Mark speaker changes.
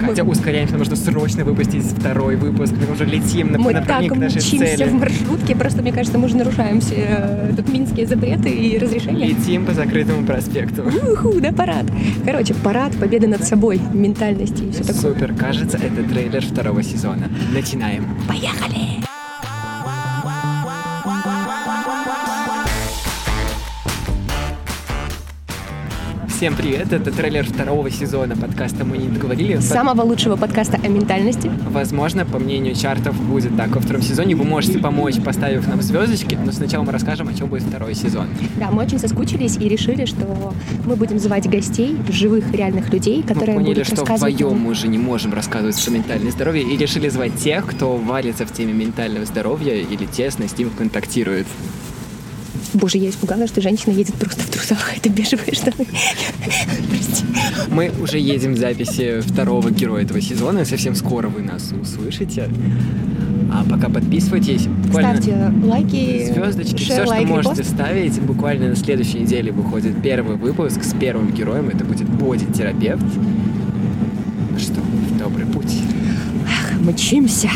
Speaker 1: Хотя ускоряемся, нужно срочно выпустить второй выпуск. Мы уже летим на
Speaker 2: Мы так
Speaker 1: направлении к нашей
Speaker 2: мчимся
Speaker 1: цели.
Speaker 2: в маршрутке, просто, мне кажется, мы же нарушаем все э, тут минские запреты и разрешения.
Speaker 1: Летим по закрытому
Speaker 2: Ну,
Speaker 1: проспекту.
Speaker 2: Уху, да, парад. Короче, парад, победа над собой, ментальности и все такое.
Speaker 1: Супер, кажется, это трейлер второго сезона. Начинаем.
Speaker 2: Поехали!
Speaker 1: Всем привет, это трейлер второго сезона подкаста «Мы не договорили».
Speaker 2: Самого лучшего подкаста о ментальности.
Speaker 1: Возможно, по мнению чартов, будет так во втором сезоне. Вы можете помочь, поставив нам звездочки, но сначала мы расскажем, о чем будет второй сезон.
Speaker 2: Да, мы очень соскучились и решили, что мы будем звать гостей, живых, реальных людей, которые
Speaker 1: мы поняли,
Speaker 2: будут
Speaker 1: что
Speaker 2: рассказывать.
Speaker 1: вдвоем
Speaker 2: нам-
Speaker 1: мы уже не можем рассказывать про ментальное здоровье и решили звать тех, кто варится в теме ментального здоровья или тесно с ним контактирует.
Speaker 2: Боже, я испугалась, что женщина едет просто в трусах, а это бежевые штаны. Прости.
Speaker 1: Мы уже едем в записи второго героя этого сезона, совсем скоро вы нас услышите. А пока подписывайтесь. Буквально
Speaker 2: Ставьте лайки,
Speaker 1: Звездочки,
Speaker 2: шер,
Speaker 1: все,
Speaker 2: лайк,
Speaker 1: что можете
Speaker 2: репост.
Speaker 1: ставить, буквально на следующей неделе выходит первый выпуск с первым героем. Это будет боди-терапевт. Ну что, в добрый путь.
Speaker 2: Мчимся.